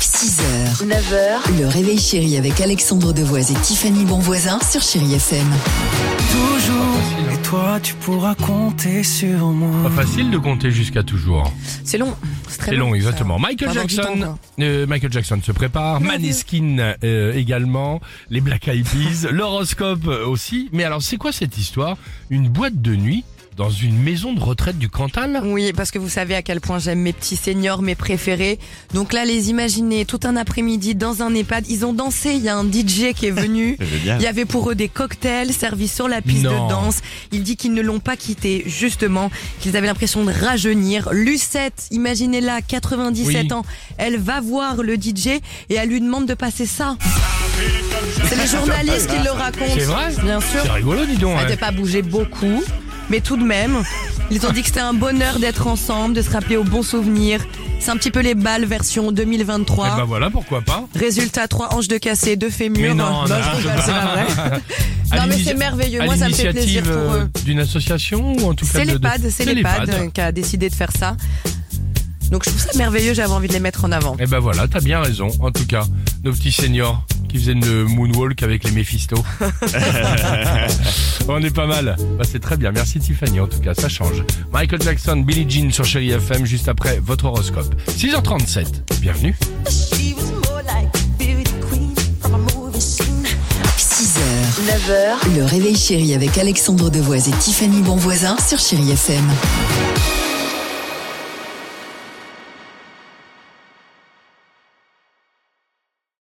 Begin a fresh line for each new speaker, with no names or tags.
6h, 9h, le réveil chéri avec Alexandre Devoise et Tiffany Bonvoisin sur Chéri FM.
Et toi, tu pourras compter sur moi.
Pas facile de compter jusqu'à toujours.
C'est long. C'est très
C'est long, exactement. Michael
Pendant du temps,
Jackson,
quoi.
euh, Michael Jackson se prépare. Maneskin euh, également. Les Black Eyed Peas. L'horoscope euh, aussi. Mais alors, c'est quoi cette histoire Une boîte de nuit dans une maison de retraite du Cantal
Oui, parce que vous savez à quel point j'aime mes petits seniors, mes préférés. Donc là, les imaginer tout un après-midi dans un EHPad. Ils ont dansé. Il y a un DJ qui est venu. Il y avait pour eux des cocktails servis sur la piste
Non.
de danse. Il dit qu'ils ne l'ont pas quitté, justement, qu'ils avaient l'impression de rajeunir. Lucette, imaginez-la, 97
Oui.
ans. Elle va voir le DJ et elle lui demande de passer ça. C'est les journalistes qui le racontent.
C'est vrai
Bien sûr.
C'est rigolo, dis donc.
Ça
hein.
n'a pas bougé beaucoup, mais tout de même, ils ont dit que c'était un bonheur d'être ensemble, de se rappeler aux bons souvenirs. C'est un petit peu les balles version
Eh
2023.
ben voilà, pourquoi pas
Résultat, trois hanches de cassé, deux fémurs.
Mais non,
Non,
non,
je rigole, c'est pas vrai.
À
Non, mais
l'initi-
c'est merveilleux.
à
Moi, ça me fait plaisir
l'initiative,
pour
euh,
eux.
d'une association ou en tout cas
C'est
de- de-
l'EHPAD, c'est l'EHPAD euh, qui a décidé de faire ça. Donc je trouve ça merveilleux, j'avais envie de les mettre en avant.
Eh ben voilà, t'as bien raison. En tout cas, nos petits seniors qui faisaient le moonwalk avec les Mephisto. On est pas mal. Bah, c'est très bien. Merci Tiffany. En tout cas, ça change. Michael Jackson, Billie Jean sur Chéri FM juste après votre horoscope. 6h37. Bienvenue.
6h, 9h, le réveil chéri avec Alexandre Devoise et Tiffany Bonvoisin sur Chéri FM.